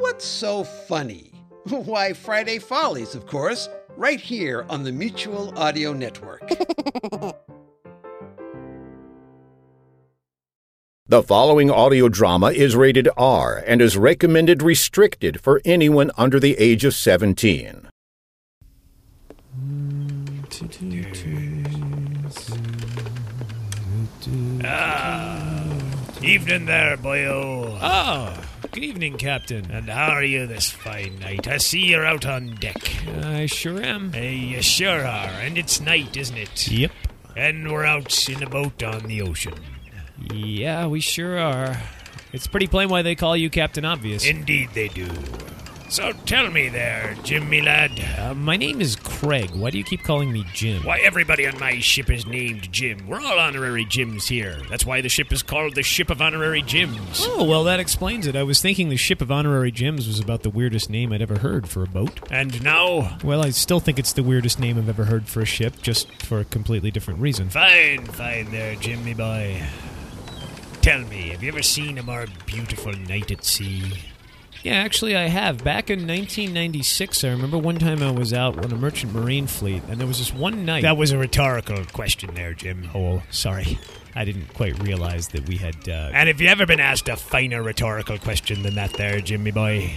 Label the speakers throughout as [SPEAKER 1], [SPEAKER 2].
[SPEAKER 1] What's so funny? Why, Friday Follies, of course, right here on the Mutual Audio Network.
[SPEAKER 2] The following audio drama is rated R and is recommended restricted for anyone under the age of 17.
[SPEAKER 3] Ah, Evening there, boyo.
[SPEAKER 4] Oh, good evening, Captain.
[SPEAKER 3] And how are you this fine night? I see you're out on deck.
[SPEAKER 4] I sure am.
[SPEAKER 3] Hey, you sure are. And it's night, isn't it?
[SPEAKER 4] Yep.
[SPEAKER 3] And we're out in a boat on the ocean.
[SPEAKER 4] Yeah, we sure are. It's pretty plain why they call you Captain Obvious.
[SPEAKER 3] Indeed they do. So tell me there, Jimmy lad.
[SPEAKER 4] uh, my name is Craig. Why do you keep calling me Jim?
[SPEAKER 3] Why everybody on my ship is named Jim. We're all honorary Jims here. That's why the ship is called the Ship of Honorary Jims.
[SPEAKER 4] Oh, well, that explains it. I was thinking the Ship of Honorary Gems was about the weirdest name I'd ever heard for a boat.
[SPEAKER 3] And now,
[SPEAKER 4] Well, I still think it's the weirdest name I've ever heard for a ship, just for a completely different reason.
[SPEAKER 3] fine, fine there, Jimmy boy. Tell me, have you ever seen a more beautiful night at sea?
[SPEAKER 4] Yeah, actually, I have. Back in 1996, I remember one time I was out on a merchant marine fleet, and there was this one night.
[SPEAKER 3] That was a rhetorical question there, Jim.
[SPEAKER 4] Oh, sorry. I didn't quite realize that we had. Uh,
[SPEAKER 3] And have you ever been asked a finer rhetorical question than that there, Jimmy boy?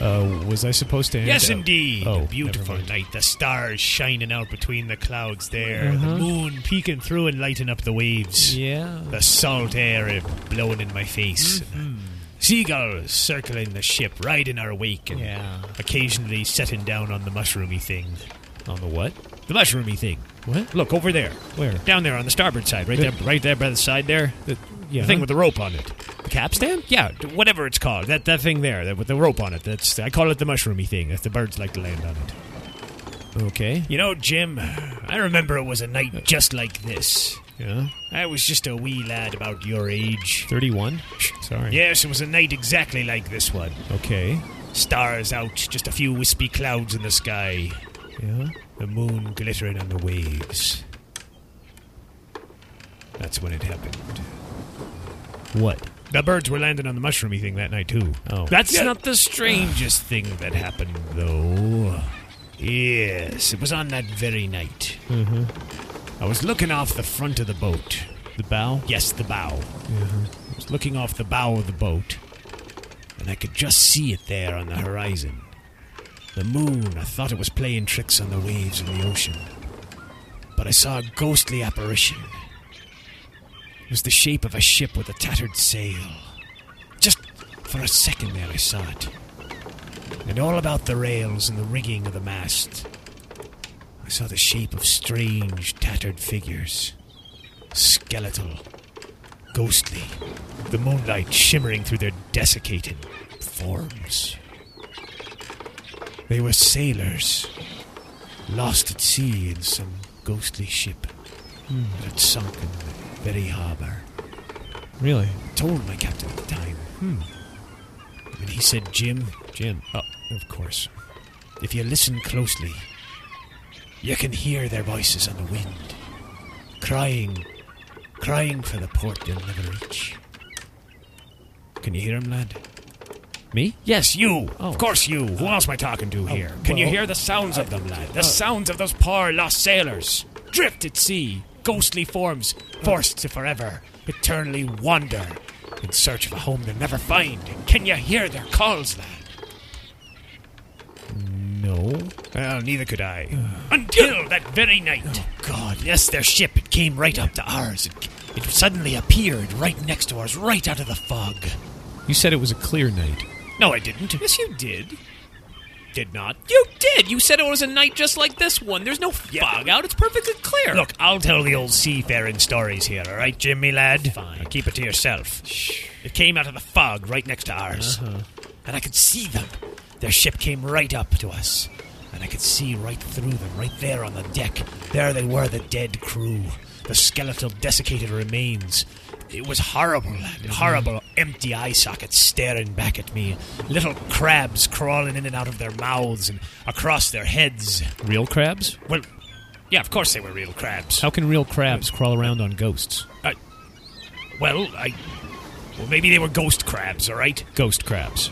[SPEAKER 4] uh, was I supposed to? End
[SPEAKER 3] Yes,
[SPEAKER 4] up-
[SPEAKER 3] indeed.
[SPEAKER 4] Oh,
[SPEAKER 3] the beautiful
[SPEAKER 4] never mind.
[SPEAKER 3] night, the stars shining out between the clouds there,
[SPEAKER 4] Uh-huh.
[SPEAKER 3] the moon peeking through and lighting up the waves,
[SPEAKER 4] Yeah.
[SPEAKER 3] the salt air blowing in my face. Seagulls circling the ship, right in our wake, and
[SPEAKER 4] Yeah.
[SPEAKER 3] occasionally setting down on the mushroomy thing.
[SPEAKER 4] On the what?
[SPEAKER 3] The mushroomy thing.
[SPEAKER 4] What?
[SPEAKER 3] Look over there,
[SPEAKER 4] Where?
[SPEAKER 3] down there on the starboard side, right
[SPEAKER 4] The-
[SPEAKER 3] there, right there by the side there.
[SPEAKER 4] The, yeah.
[SPEAKER 3] The thing with the rope on it.
[SPEAKER 4] the capstan?
[SPEAKER 3] Yeah, d- whatever it's called. That that thing there, that with the rope on it. That's I call it the mushroomy thing. That's the birds like to land on it.
[SPEAKER 4] Okay.
[SPEAKER 3] You know, Jim, I remember it was a night just like this.
[SPEAKER 4] Yeah.
[SPEAKER 3] I was just a wee lad about your age.
[SPEAKER 4] Thirty-one. Sorry.
[SPEAKER 3] Yes, it was a night exactly like this one.
[SPEAKER 4] Okay.
[SPEAKER 3] Stars out, just a few wispy clouds in the sky.
[SPEAKER 4] Yeah.
[SPEAKER 3] The moon glittering on the waves. That's when it happened.
[SPEAKER 4] What?
[SPEAKER 3] The birds were landing on the mushroomy thing that night too.
[SPEAKER 4] Oh.
[SPEAKER 3] that's
[SPEAKER 4] Yeah.
[SPEAKER 3] not the strangest thing that happened though. Yes, it was on that very night. Mm-hmm. I was looking off the front of the boat.
[SPEAKER 4] The bow? Uh-huh.
[SPEAKER 3] Yes, the bow. I was looking off the bow of the boat, and I could just see it there on the horizon. The moon, I thought it was playing tricks on the waves of the ocean. But I saw a ghostly apparition. It was the shape of a ship with a tattered sail. Just for a second there, I saw it. And all about the rails and the rigging of the mast, I saw the shape of strange, tattered figures. Skeletal, ghostly, the moonlight shimmering through their desiccated forms. They were sailors, lost at sea in some ghostly ship hmm, that had sunk in the very harbor.
[SPEAKER 4] Really?
[SPEAKER 3] Told my captain at the time. hmm. And he said, Jim,
[SPEAKER 4] Jim.
[SPEAKER 3] Oh, of course. If you listen closely, you can hear their voices on the wind, crying, crying for the port they'll never reach. Can you hear 'em, lad?
[SPEAKER 4] Me?
[SPEAKER 3] Yes, you.
[SPEAKER 4] Oh.
[SPEAKER 3] Of course, you. Who else am I talking to here? Can you
[SPEAKER 4] well,
[SPEAKER 3] hear the sounds of them, lad? The sounds of those poor lost sailors, drift at sea, ghostly forms, forced to forever, eternally wander in search of a home they'll never find. Can you hear their calls, lad?
[SPEAKER 4] No.
[SPEAKER 3] Well, neither could I. Until that very night. Oh, God. Yes, their ship. It came right up to ours. It, it suddenly appeared right next to ours, right out of the fog.
[SPEAKER 4] You said it was a clear night.
[SPEAKER 3] No, I didn't. Yes, you did. did not.
[SPEAKER 5] You did. You said it was a night just like this one. There's no
[SPEAKER 3] Yeah.
[SPEAKER 5] fog out. It's perfectly clear.
[SPEAKER 3] Look, I'll tell the old seafaring stories here, all right, Jimmy lad?
[SPEAKER 5] Fine.
[SPEAKER 3] Now keep it to yourself. It came out of the fog right next to ours.
[SPEAKER 5] Uh-huh.
[SPEAKER 3] And I could see them. Their ship came right up to us. And I could see right through them, right there on the deck. There they were, the dead crew. The skeletal, desiccated remains. It was horrible, lad. Horrible, empty eye sockets staring back at me. Little crabs crawling in and out of their mouths and across their heads.
[SPEAKER 5] real crabs?
[SPEAKER 3] Well, yeah, of course they were real crabs.
[SPEAKER 5] How can real crabs crawl around on ghosts?
[SPEAKER 3] Well, I. Well, maybe they were ghost crabs, all right?
[SPEAKER 5] Ghost crabs.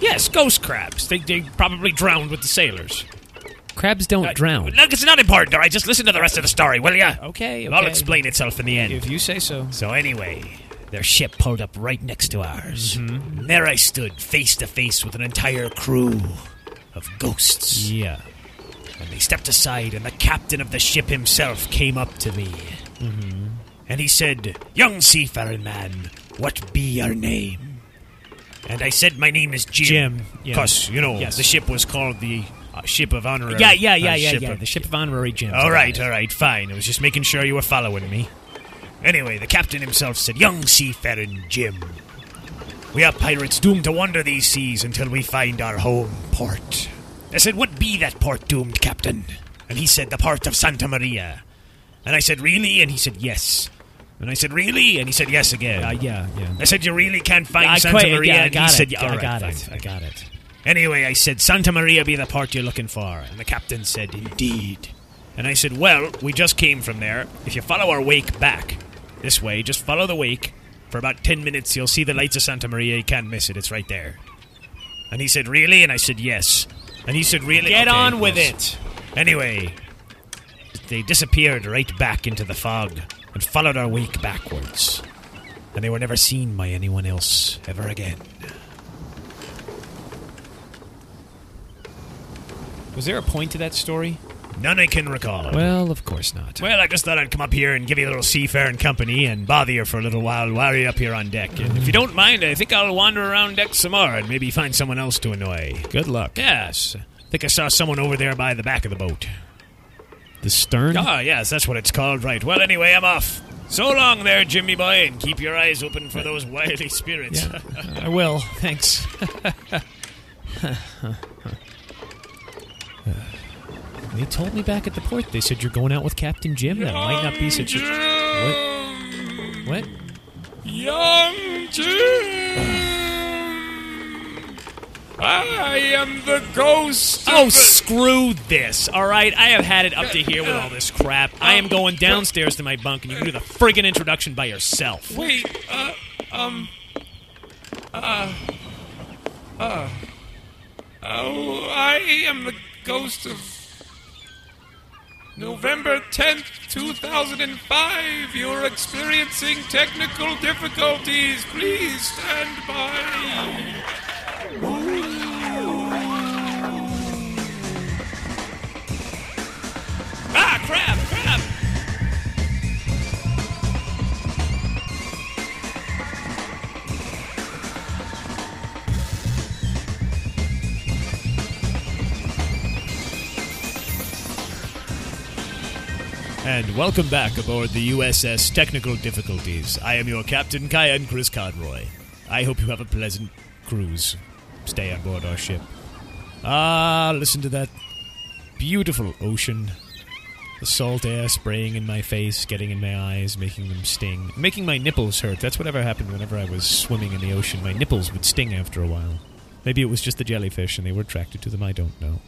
[SPEAKER 3] Yes, ghost crabs. They, they probably drowned with the sailors.
[SPEAKER 5] Crabs don't
[SPEAKER 3] I-
[SPEAKER 5] drown.
[SPEAKER 3] Uh, Look, it's not important, all right? Just listen to the rest of the story, will ya?
[SPEAKER 5] Oh, Okay,
[SPEAKER 3] I'll
[SPEAKER 5] okay.
[SPEAKER 3] explain itself in the end.
[SPEAKER 5] If you say so.
[SPEAKER 3] So, anyway, their ship pulled up right next to ours.
[SPEAKER 5] Mm-hmm.
[SPEAKER 3] And there I stood, face to face with an entire crew of ghosts.
[SPEAKER 5] Yeah.
[SPEAKER 3] And they stepped aside, and the captain of the ship himself came up to me. Mm-hmm. And he said, Young seafaring man, what be your name? And I said, My name is Jim.
[SPEAKER 5] Jim, yeah.
[SPEAKER 3] Because, you know,
[SPEAKER 5] Yes.
[SPEAKER 3] the ship was called the uh, Ship of uh, Honor.
[SPEAKER 5] Yeah, yeah, yeah, yeah, yeah. The ship of honorary gems.
[SPEAKER 3] All right, all right, fine. I was just making sure you were following me. Anyway, the captain himself said, Young seafaring Jim, we are pirates doomed to wander these seas until we find our home port. I said, What be that port doomed, Captain? And he said, The port of Santa Maria. And I said, Really? And he said, Yes. And I said, Really? And he said, Yes again.
[SPEAKER 5] Uh, yeah, yeah.
[SPEAKER 3] I said, You really can't find
[SPEAKER 5] I
[SPEAKER 3] Santa
[SPEAKER 5] quit.
[SPEAKER 3] Maria?
[SPEAKER 5] Yeah, I
[SPEAKER 3] and
[SPEAKER 5] got
[SPEAKER 3] he
[SPEAKER 5] it.
[SPEAKER 3] said,
[SPEAKER 5] Yeah,
[SPEAKER 3] "All
[SPEAKER 5] I
[SPEAKER 3] right,
[SPEAKER 5] got
[SPEAKER 3] fine,
[SPEAKER 5] it.
[SPEAKER 3] fine."
[SPEAKER 5] I got it.
[SPEAKER 3] Anyway, I said, Santa Maria be the port you're looking for. And the captain said, Indeed. And I said, Well, we just came from there. If you follow our wake back this way, just follow the wake. For about 10 minutes, you'll see the lights of Santa Maria. You can't miss it. It's right there. And he said, Really? And I said, Yes. And he said, Really?
[SPEAKER 5] Get
[SPEAKER 3] Okay,
[SPEAKER 5] on with
[SPEAKER 3] yes. it. Anyway, they disappeared right back into the fog and followed our wake backwards. And they were never seen by anyone else ever again.
[SPEAKER 5] Was there a point to that story?
[SPEAKER 3] None I can recall.
[SPEAKER 5] Well, of course not.
[SPEAKER 3] Well, I just thought I'd come up here and give you a little seafaring company and bother you for a little while while you're up here on deck. And if you don't mind, uh, I think I'll wander around deck some more and maybe find someone else to annoy.
[SPEAKER 5] Good luck.
[SPEAKER 3] Yes. I think I saw someone over there by the back of the boat.
[SPEAKER 5] The stern.
[SPEAKER 3] Ah, yes, that's what it's called, right. Well, anyway, I'm off. So long there, Jimmy boy, and keep your eyes open for those wily spirits.
[SPEAKER 5] Yeah, I will. Thanks. they told me back at the port. They said you're going out with Captain Jim. That might not be such a.
[SPEAKER 3] What?
[SPEAKER 5] What?
[SPEAKER 3] Young Jim! I am the ghost Oh, screw this, alright? I have had it up to here with all this crap. I am going downstairs to my bunk, and you can do the friggin' introduction by yourself.
[SPEAKER 6] Wait, uh, um, uh, uh, oh, I am the ghost of November 10th, 2005. You're experiencing technical difficulties. Please stand by.
[SPEAKER 3] Ah, crap, crap!
[SPEAKER 5] And welcome back aboard the USS Technical Difficulties. I am your captain, Kyan Chris Conroy. I hope you have a pleasant cruise. Stay on board our ship. Ah, listen to that beautiful ocean. The salt air spraying in my face, getting in my eyes, making them sting, making my nipples hurt. That's whatever happened whenever I was swimming in the ocean. My nipples would sting after a while. Maybe it was just the jellyfish and they were attracted to them. I don't know.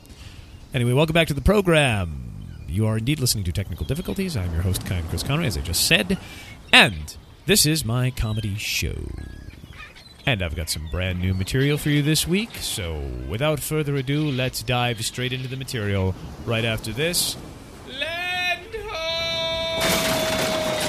[SPEAKER 5] Anyway, welcome back to the program. You are indeed listening to Technical Difficulties. I'm your host, Kyan Chris Conroy, as I just said. And this is my comedy show. And I've got some brand new material for you this week. So without further ado, let's dive straight into the material right after this.
[SPEAKER 6] Land ho!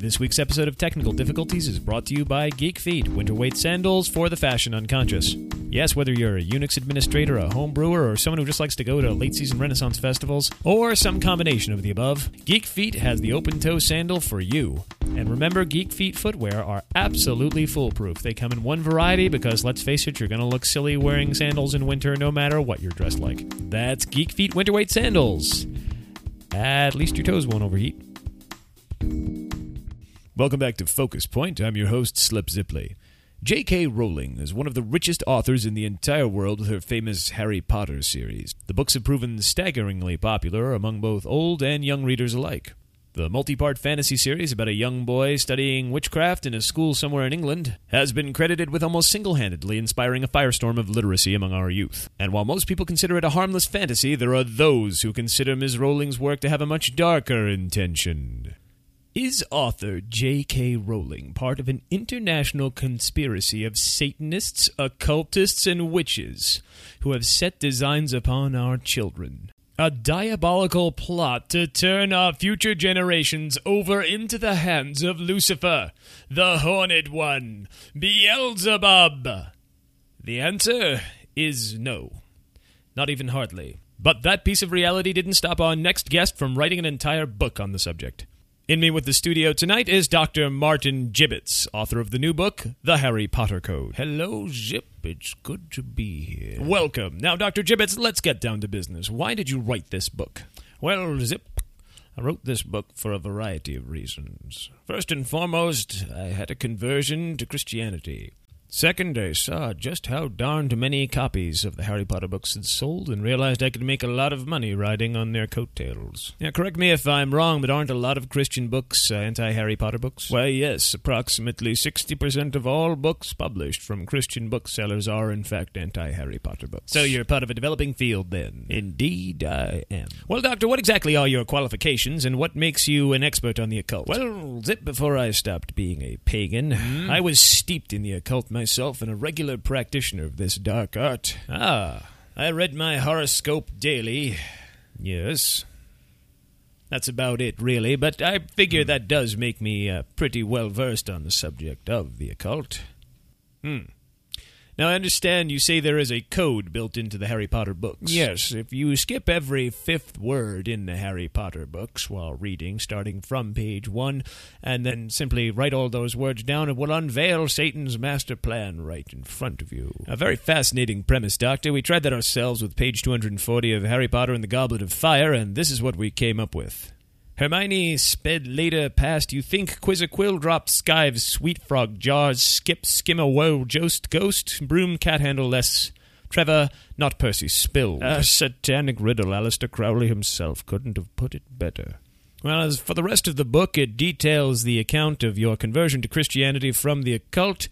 [SPEAKER 5] This week's episode of Technical Difficulties is brought to you by Geek Feet, winter weight sandals for the fashion unconscious. Yes, whether you're a Unix administrator, a homebrewer, or someone who just likes to go to late season Renaissance festivals, or some combination of the above, Geek Feet has the open toe sandal for you. And remember, Geek Feet footwear are absolutely foolproof. They come in one variety because, let's face it, you're going to look silly wearing sandals in winter no matter what you're dressed like. That's Geek Feet Winterweight Sandals. At least your toes won't overheat. Welcome back to Focus Point. I'm your host, Slip Zipley. J.K. Rowling is one of the richest authors in the entire world with her famous Harry Potter series. The books have proven staggeringly popular among both old and young readers alike. The multi part fantasy series about a young boy studying witchcraft in a school somewhere in England has been credited with almost single handedly inspiring a firestorm of literacy among our youth. And while most people consider it a harmless fantasy, there are those who consider Ms. Rowling's work to have a much darker intention. Is author J.K. Rowling part of an international conspiracy of Satanists, occultists, and witches who have set designs upon our children? A diabolical plot to turn our future generations over into the hands of Lucifer, the Horned One, Beelzebub? The answer is no. Not even hardly. But that piece of reality didn't stop our next guest from writing an entire book on the subject. In me with the studio tonight is Dr. Martin Gibbets, author of the new book, The Harry Potter Code.
[SPEAKER 7] Hello, Zip. It's good to be here.
[SPEAKER 5] Welcome. Now, Dr. Gibbets, let's get down to business. Why did you write this book?
[SPEAKER 7] Well, Zip, I wrote this book for a variety of reasons. First and foremost, I had a conversion to Christianity. Second, I saw just how darned many copies of the Harry Potter books had sold and realized I could make a lot of money riding on their coattails.
[SPEAKER 5] Now, correct me if I'm wrong, but aren't a lot of Christian books uh, anti Harry Potter books?
[SPEAKER 7] Why, yes, approximately 60% of all books published from Christian booksellers are, in fact, anti Harry Potter books.
[SPEAKER 5] So you're part of a developing field then?
[SPEAKER 7] Indeed, I am.
[SPEAKER 5] Well, Doctor, what exactly are your qualifications and what makes you an expert on the occult?
[SPEAKER 7] Well, zip before I stopped being a pagan,
[SPEAKER 5] Hmm?
[SPEAKER 7] mm. I was steeped in the occult myself and a regular practitioner of this dark art.
[SPEAKER 5] Ah, I read my horoscope daily.
[SPEAKER 7] Yes. That's about it, really, but I figure that does make me uh, pretty well versed on the subject of the occult.
[SPEAKER 5] Hmm. Now, I understand you say there is a code built into the Harry Potter books.
[SPEAKER 7] Yes, if you skip every fifth word in the Harry Potter books while reading, starting from page one, and then simply write all those words down, it will unveil Satan's master plan right in front of you.
[SPEAKER 5] A very fascinating premise, Doctor. We tried that ourselves with page 240 of Harry Potter and the Goblet of Fire, and this is what we came up with. Hermione sped later past. You think Quizziquil dropped skives, sweet frog jars, skip skimmer woe jost ghost, broom cat handle less. Trevor, not Percy, spilled.
[SPEAKER 7] A satanic riddle. Alistair Crowley himself couldn't have put it better.
[SPEAKER 5] Well, as for the rest of the book, it details the account of your conversion to Christianity from the occult,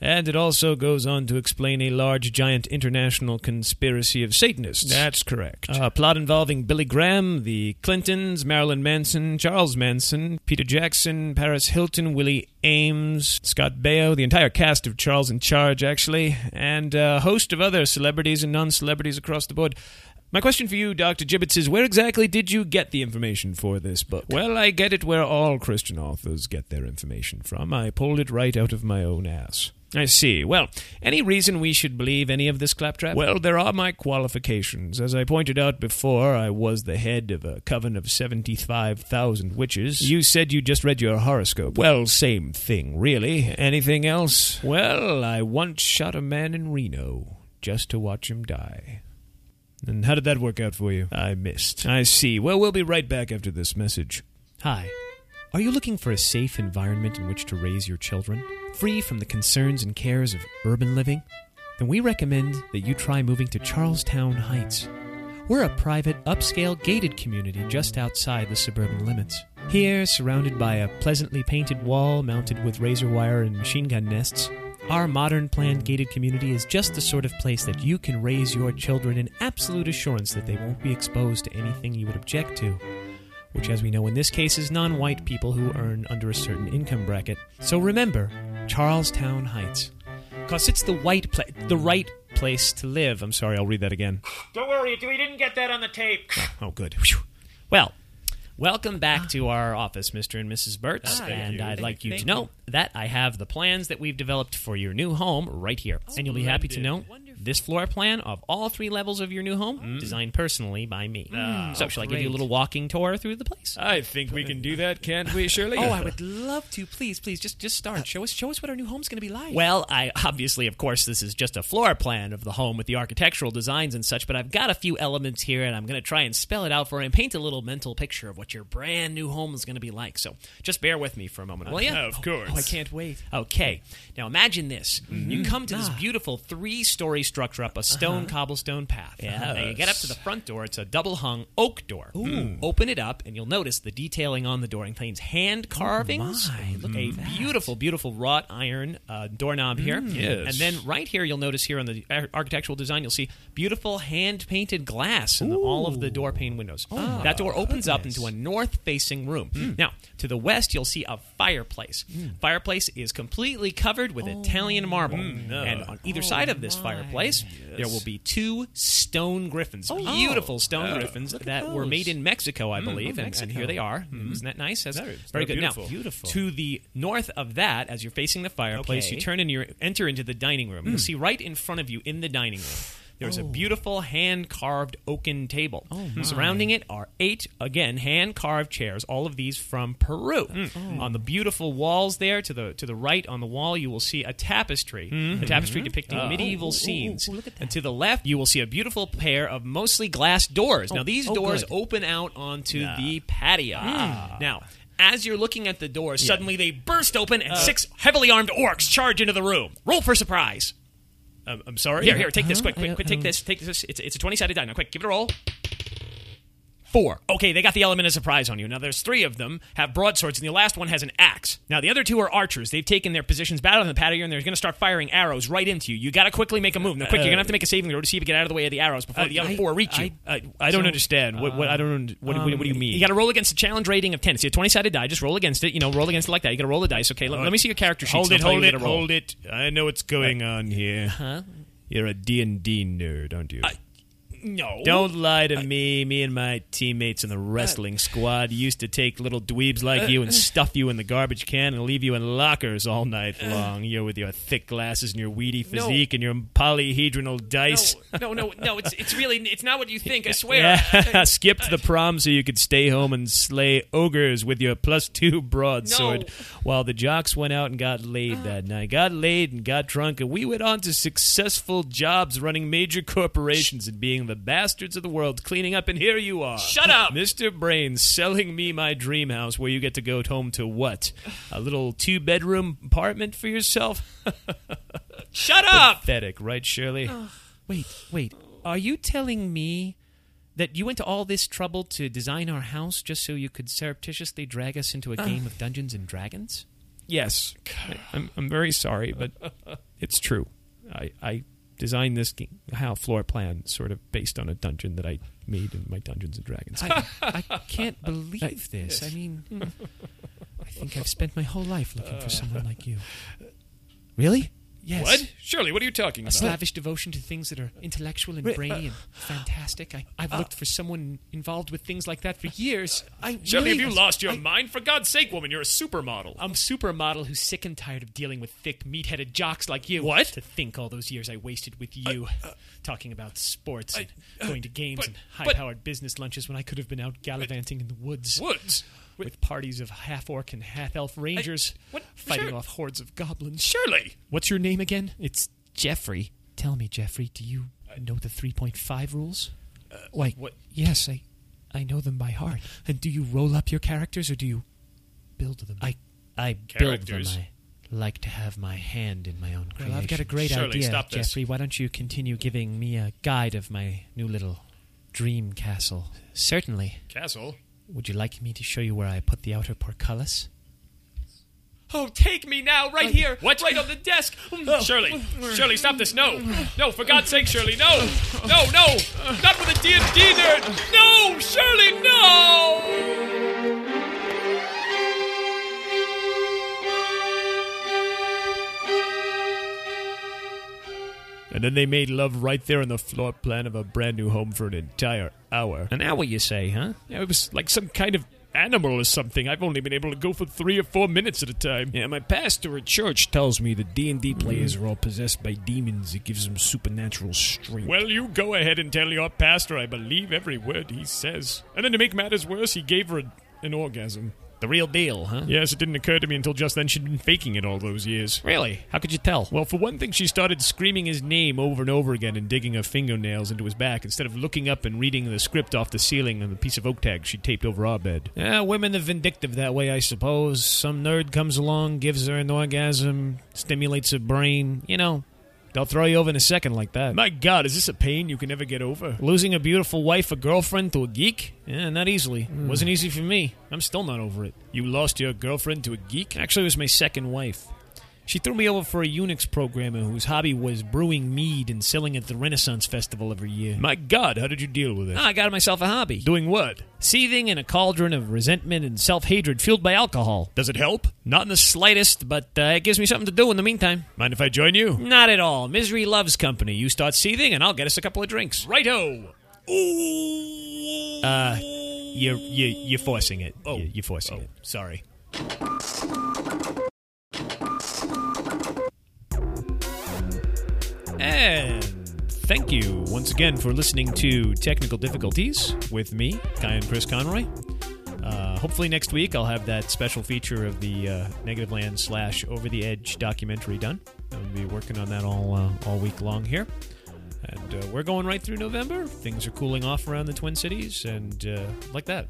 [SPEAKER 5] and it also goes on to explain a large, giant international conspiracy of Satanists.
[SPEAKER 7] That's correct.
[SPEAKER 5] A plot involving Billy Graham, the Clintons, Marilyn Manson, Charles Manson, Peter Jackson, Paris Hilton, Willie Ames, Scott Baio, the entire cast of Charles in Charge, actually, and a host of other celebrities and non celebrities across the board. My question for you, Dr. Gibbets, is where exactly did you get the information for this book?
[SPEAKER 7] Well, I get it where all Christian authors get their information from. I pulled it right out of my own ass.
[SPEAKER 5] I see. Well, any reason we should believe any of this claptrap?
[SPEAKER 7] Well, there are my qualifications. As I pointed out before, I was the head of a coven of 75,000 witches.
[SPEAKER 5] You said you just read your horoscope.
[SPEAKER 7] Well, same thing, really.
[SPEAKER 5] Anything else?
[SPEAKER 7] Well, I once shot a man in Reno just to watch him die.
[SPEAKER 5] And how did that work out for you?
[SPEAKER 7] I missed.
[SPEAKER 5] I see. Well, we'll be right back after this message.
[SPEAKER 3] Hi. Are you looking for a safe environment in which to raise your children, free from the concerns and cares of urban living? Then we recommend that you try moving to Charlestown Heights. We're a private, upscale, gated community just outside the suburban limits. Here, surrounded by a pleasantly painted wall mounted with razor wire and machine gun nests, our modern planned gated community is just the sort of place that you can raise your children in absolute assurance that they won't be exposed to anything you would object to which, as we know in this case, is non white people who earn under a certain income bracket. So remember, Charlestown Heights. Because it's the white pla- the right place to live. I'm sorry, I'll read that again.
[SPEAKER 8] Don't worry, we didn't get that on the tape.
[SPEAKER 3] oh, good. Well, welcome back
[SPEAKER 5] Ah.
[SPEAKER 3] to our office, Mr. and Mrs. Burtz. Ah, and you. I'd like you to know that I have the plans that we've developed for your new home right here. Oh, and you'll be happy to know
[SPEAKER 5] this floor plan of all three levels of your new home, designed personally by me. so, shall I give you a little walking tour through the place?
[SPEAKER 3] I think we can do that, can't we, Shirley?
[SPEAKER 5] Oh, I would love to. Please, please, just just start. Show us, show us what our new home's going to be like. Well, I obviously, of course, this is just a floor plan of the home with the architectural designs and such. But I've got a few elements here, and I'm going to try and spell it out for you and paint a little mental picture of what your brand new home is going to be like. So, just bear with me for a moment, will you?
[SPEAKER 3] Of course.
[SPEAKER 5] Oh,
[SPEAKER 3] Uh,
[SPEAKER 5] I can't wait. Okay, now imagine this: you come to this beautiful three-story structure up a stone cobblestone path. Yeah. Now you get up to the front door. It's a double-hung oak door. Hmm. Open it up, and you'll notice the detailing on the door includes hand carvings. look a beautiful, beautiful wrought iron uh, doorknob here.
[SPEAKER 3] Hmm. yes.
[SPEAKER 5] And then right here, you'll notice here on the ar- architectural design, you'll see beautiful hand-painted glass in the, all of the door pane windows.
[SPEAKER 3] Ah,
[SPEAKER 5] that door opens up into a north-facing room.
[SPEAKER 3] Hmm.
[SPEAKER 5] Now, to the west, you'll see a fireplace. Fireplace is completely covered with
[SPEAKER 3] Oh,
[SPEAKER 5] Italian marble,
[SPEAKER 3] hmm.
[SPEAKER 5] and on either side of this fireplace, there will be two stone griffins.
[SPEAKER 3] Oh.
[SPEAKER 5] Beautiful stone griffins that were made in Mexico,
[SPEAKER 3] Hmm,
[SPEAKER 5] I believe, and, and here they are. Isn't that nice? That's very, good. Now,
[SPEAKER 3] beautiful.
[SPEAKER 5] to the north of that, as you're facing the fireplace, you
[SPEAKER 3] Okay.
[SPEAKER 5] turn and you enter into the dining room. You'll see right in front of you in the dining room. There's a beautiful hand carved oaken table. Surrounding it are eight, again, hand carved chairs, all of these from Peru. On the beautiful walls there, to the to the right on the wall, you will see a tapestry, a tapestry depicting medieval scenes. And to the left, you will see a beautiful pair of mostly glass doors. now, these doors open out onto the patio. Now, as you're looking at the doors, suddenly they burst open
[SPEAKER 3] Uh,
[SPEAKER 5] and six heavily armed orcs charge into the room. Roll for surprise.
[SPEAKER 3] Um, I'm, I'm sorry.
[SPEAKER 5] Here, here, take this, quick, quick, quick, take this, take this. It's, it's a 20 sided die. Now, quick, give it a roll. Four. Okay, they got the element of surprise on you. Now, there's three of them have broadswords, and the last one has an axe. Now, the other two are archers. They've taken their positions battle on the patio, and they're going to start firing arrows right into you. You got to quickly make a move. Now, quick, you're going to have to make a saving throw to see if you get out of the way of the arrows before the other four reach you.
[SPEAKER 3] Uh,
[SPEAKER 5] Uh, um,
[SPEAKER 3] I, I don't understand. What, what I don't. und- What, what, what do you mean?
[SPEAKER 5] You got to roll against a challenge rating of 10. It's a 20 sided die. Just roll against it. You know, roll against it like that. You got to roll the dice. Okay, let, let me see your character sheets.
[SPEAKER 3] hold
[SPEAKER 5] and
[SPEAKER 3] it,
[SPEAKER 5] I'll tell you Uh,
[SPEAKER 3] hold
[SPEAKER 5] what
[SPEAKER 3] it,
[SPEAKER 5] you gotta roll.
[SPEAKER 3] hold it. I know what's going on here. Huh? You're a D and D nerd, aren't you?
[SPEAKER 5] No.
[SPEAKER 3] Don't lie to me. Me and my teammates in the wrestling
[SPEAKER 5] Uh.
[SPEAKER 3] squad used to take little dweebs like you and stuff you in the garbage can and leave you in lockers all night
[SPEAKER 5] Uh.
[SPEAKER 3] long. You're with your thick glasses and your weedy physique and your polyhedronal dice.
[SPEAKER 5] No, no, no, no. It's it's really it's not what you think. I swear.
[SPEAKER 3] Yeah, skipped the prom so you could stay home and slay ogres with your plus two broadsword,
[SPEAKER 5] No. Uh.
[SPEAKER 3] while the jocks went out and got laid that night. Got laid and got drunk, and we went on to successful jobs running major corporations and being the bastards of the world, cleaning up. And here you are,
[SPEAKER 5] Shut up.
[SPEAKER 3] Mr. Brains, selling me my dream house, where you get to go home to what? A little two bedroom apartment for yourself?
[SPEAKER 5] Shut up.
[SPEAKER 3] Pathetic, right, Shirley?
[SPEAKER 5] Wait, wait. Are you telling me that you went to all this trouble to design our house just so you could surreptitiously drag us into a game of Dungeons and Dragons?
[SPEAKER 3] Ah. Yes, I- I'm, I'm very sorry, but it's true. I, I designed this g how floor plan sort of based on a dungeon that I made in my Dungeons and Dragons.
[SPEAKER 5] I, I can't believe this. I mean, I think I've spent my whole life looking for someone like you. Really? Yes.
[SPEAKER 3] what? Shirley, what are you talking uh,
[SPEAKER 5] A slavish devotion to things that are intellectual and brainy and fantastic. I, I've looked for someone involved with things like that for years. I
[SPEAKER 3] Shirley,
[SPEAKER 5] really,
[SPEAKER 3] have you lost your mind? For God's sake, woman, you're a supermodel.
[SPEAKER 5] I'm supermodel who's sick and tired of dealing with thick, meat-headed jocks like you. What? To think all those years I wasted with you, talking about sports, and going to games
[SPEAKER 3] uh, but-
[SPEAKER 5] and
[SPEAKER 3] but-
[SPEAKER 5] high-powered business lunches when I could have been out gallivanting in the woods.
[SPEAKER 3] Woods.
[SPEAKER 5] With parties of half orc and half elf rangers
[SPEAKER 3] what-
[SPEAKER 5] fighting
[SPEAKER 3] Shir-
[SPEAKER 5] off hordes of goblins.
[SPEAKER 3] Shirley.
[SPEAKER 5] What's your name again? It's Jeffrey. Tell me, Jeffrey, do you know the 3.5 rules? Why,
[SPEAKER 3] what-
[SPEAKER 5] yes, I I know them by heart. And do you roll up your characters or do you build them? I I
[SPEAKER 3] Characters?
[SPEAKER 5] I like to have my hand in my own creation. Well, I've got a great
[SPEAKER 3] Shirley,
[SPEAKER 5] idea,
[SPEAKER 3] stop this.
[SPEAKER 5] Jeffrey. Why don't you continue giving me a guide of my new little dream castle? Certainly.
[SPEAKER 3] Castle.
[SPEAKER 5] Would you like me to show you where I put the outer portcullis?
[SPEAKER 3] Oh, take me now, right here. What? Right on the desk. Shirley, Shirley, stop this. No. No, for God's sake, Shirley, no. No, no. Not with a D&D nerd. No, Shirley, no. And then they made love right there on the floor plan of a brand new home for an entire hour.
[SPEAKER 5] An hour, you say, huh?
[SPEAKER 3] Yeah, it was like some kind of
[SPEAKER 4] animal or something. I've only been able to go for three or four minutes at a time. Mm.
[SPEAKER 5] Yeah, my pastor at church tells me that D and D players are all possessed by demons. It gives them supernatural strength.
[SPEAKER 4] Well, you go ahead and tell your pastor I believe every word he says. And then to make matters worse, he gave her a, an orgasm.
[SPEAKER 5] the real deal, huh?
[SPEAKER 4] Yes, it didn't occur to me until just then she'd been faking it all those years.
[SPEAKER 5] Really? How could you tell?
[SPEAKER 4] Well, for one thing, she started screaming his name over and over again and digging her fingernails into his back instead of looking up and reading the script off the ceiling on the piece of oak tag she'd taped over our bed.
[SPEAKER 5] Yeah, women are vindictive that way, I suppose. Some nerd comes along, gives her an orgasm, stimulates her brain. You know, they'll throw you over in a second like that.
[SPEAKER 4] My God, is this a pain you can never get over?
[SPEAKER 5] Losing a beautiful wife or girlfriend to a geek? Yeah, not easily.
[SPEAKER 4] Hmm.
[SPEAKER 5] Wasn't easy for me. I'm still not over it.
[SPEAKER 4] You lost your girlfriend to a geek?
[SPEAKER 5] Actually, it was my second wife. She threw me over for a Unix programmer whose hobby was brewing mead and selling at the Renaissance Festival every year.
[SPEAKER 4] My God, how did you deal with it?
[SPEAKER 5] Ah, I got myself a hobby.
[SPEAKER 4] Doing what?
[SPEAKER 5] Seething in a cauldron of resentment and self hatred fueled by alcohol.
[SPEAKER 4] Does it help?
[SPEAKER 5] Not in the slightest, but uh, it gives me something to do in the meantime.
[SPEAKER 4] Mind if I join you?
[SPEAKER 5] Not at all. Misery loves company. You start seething, and I'll get us a couple of drinks.
[SPEAKER 4] Righto!
[SPEAKER 5] Uh, you're you're, you're forcing it. Oh, you're, you're forcing
[SPEAKER 4] Oh.
[SPEAKER 5] it. Sorry. And thank you once again for listening to Technical Difficulties with me, Guy and Chris Conroy. Uh, hopefully next week I'll have that special feature of the uh, Negative Land slash Over the Edge documentary done. I'll be working on that all uh, all week long here. And uh, we're going right through November. Things are cooling off around the Twin Cities and uh, like that.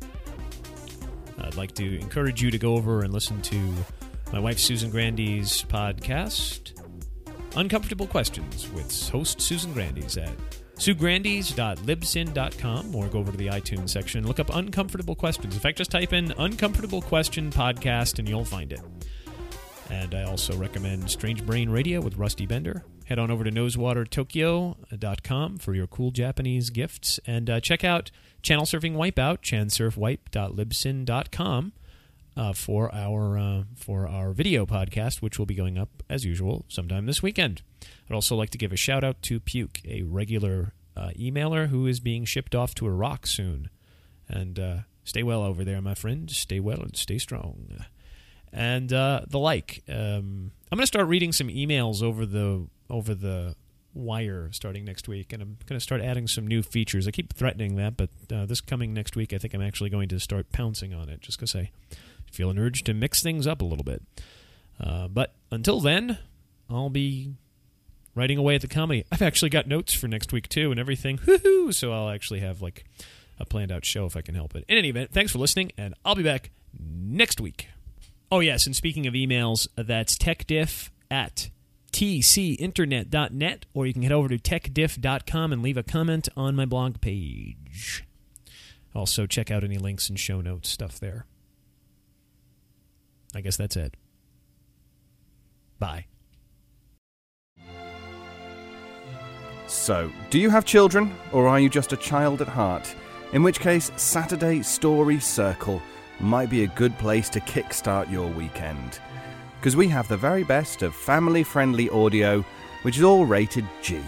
[SPEAKER 5] I'd like to encourage you to go over and listen to my wife Susan Grandy's podcast, Uncomfortable Questions, with host Susan Grandy's at sugrandy's.libsyn.com or go over to the iTunes section, look up Uncomfortable Questions. In fact, just type in Uncomfortable Question Podcast and you'll find it. And I also recommend Strange Brain Radio with Rusty Bender. Head on over to nosewatertokyo.com for your cool Japanese gifts. And uh, check out Channel Surfing Wipeout, chansurfwipe.libsyn.com. Uh, for our uh, for our video podcast, which will be going up as usual sometime this weekend. I'd also like to give a shout out to Puke, a regular uh, emailer who is being shipped off to Iraq soon. And uh, stay well over there, my friend. Stay well and stay strong and uh, the like. Um, I'm going to start reading some emails over the over the wire starting next week, and I'm going to start adding some new features. I keep threatening that, but uh, this coming next week, I think I'm actually going to start pouncing on it, just because I feel an urge to mix things up a little bit. Uh, but until then, I'll be writing away at the comedy. I've actually got notes for next week too, and everything. Hoo-hoo! So I'll actually have like a planned out show if I can help it. In any event, thanks for listening, and I'll be back next week. Oh, yes. And speaking of emails, uh, that's techdiff at tcinternet.net, or you can head over to techdiff.com and leave a comment on my blog page. Also, check out any links and show notes stuff there. I guess that's it. Bye.
[SPEAKER 9] So, do you have children, or are you just a child at heart? In which case, Saturday Story Circle might be a good place to kickstart your weekend. Because we have the very best of family friendly audio, which is all rated G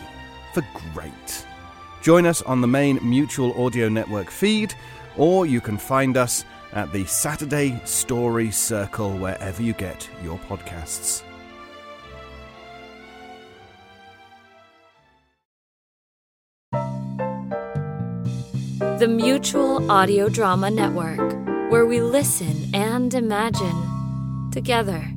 [SPEAKER 9] for great. Join us on the main Mutual Audio Network feed, or you can find us at the Saturday Story Circle wherever you get your podcasts.
[SPEAKER 10] The Mutual Audio Drama Network, where we listen and imagine together.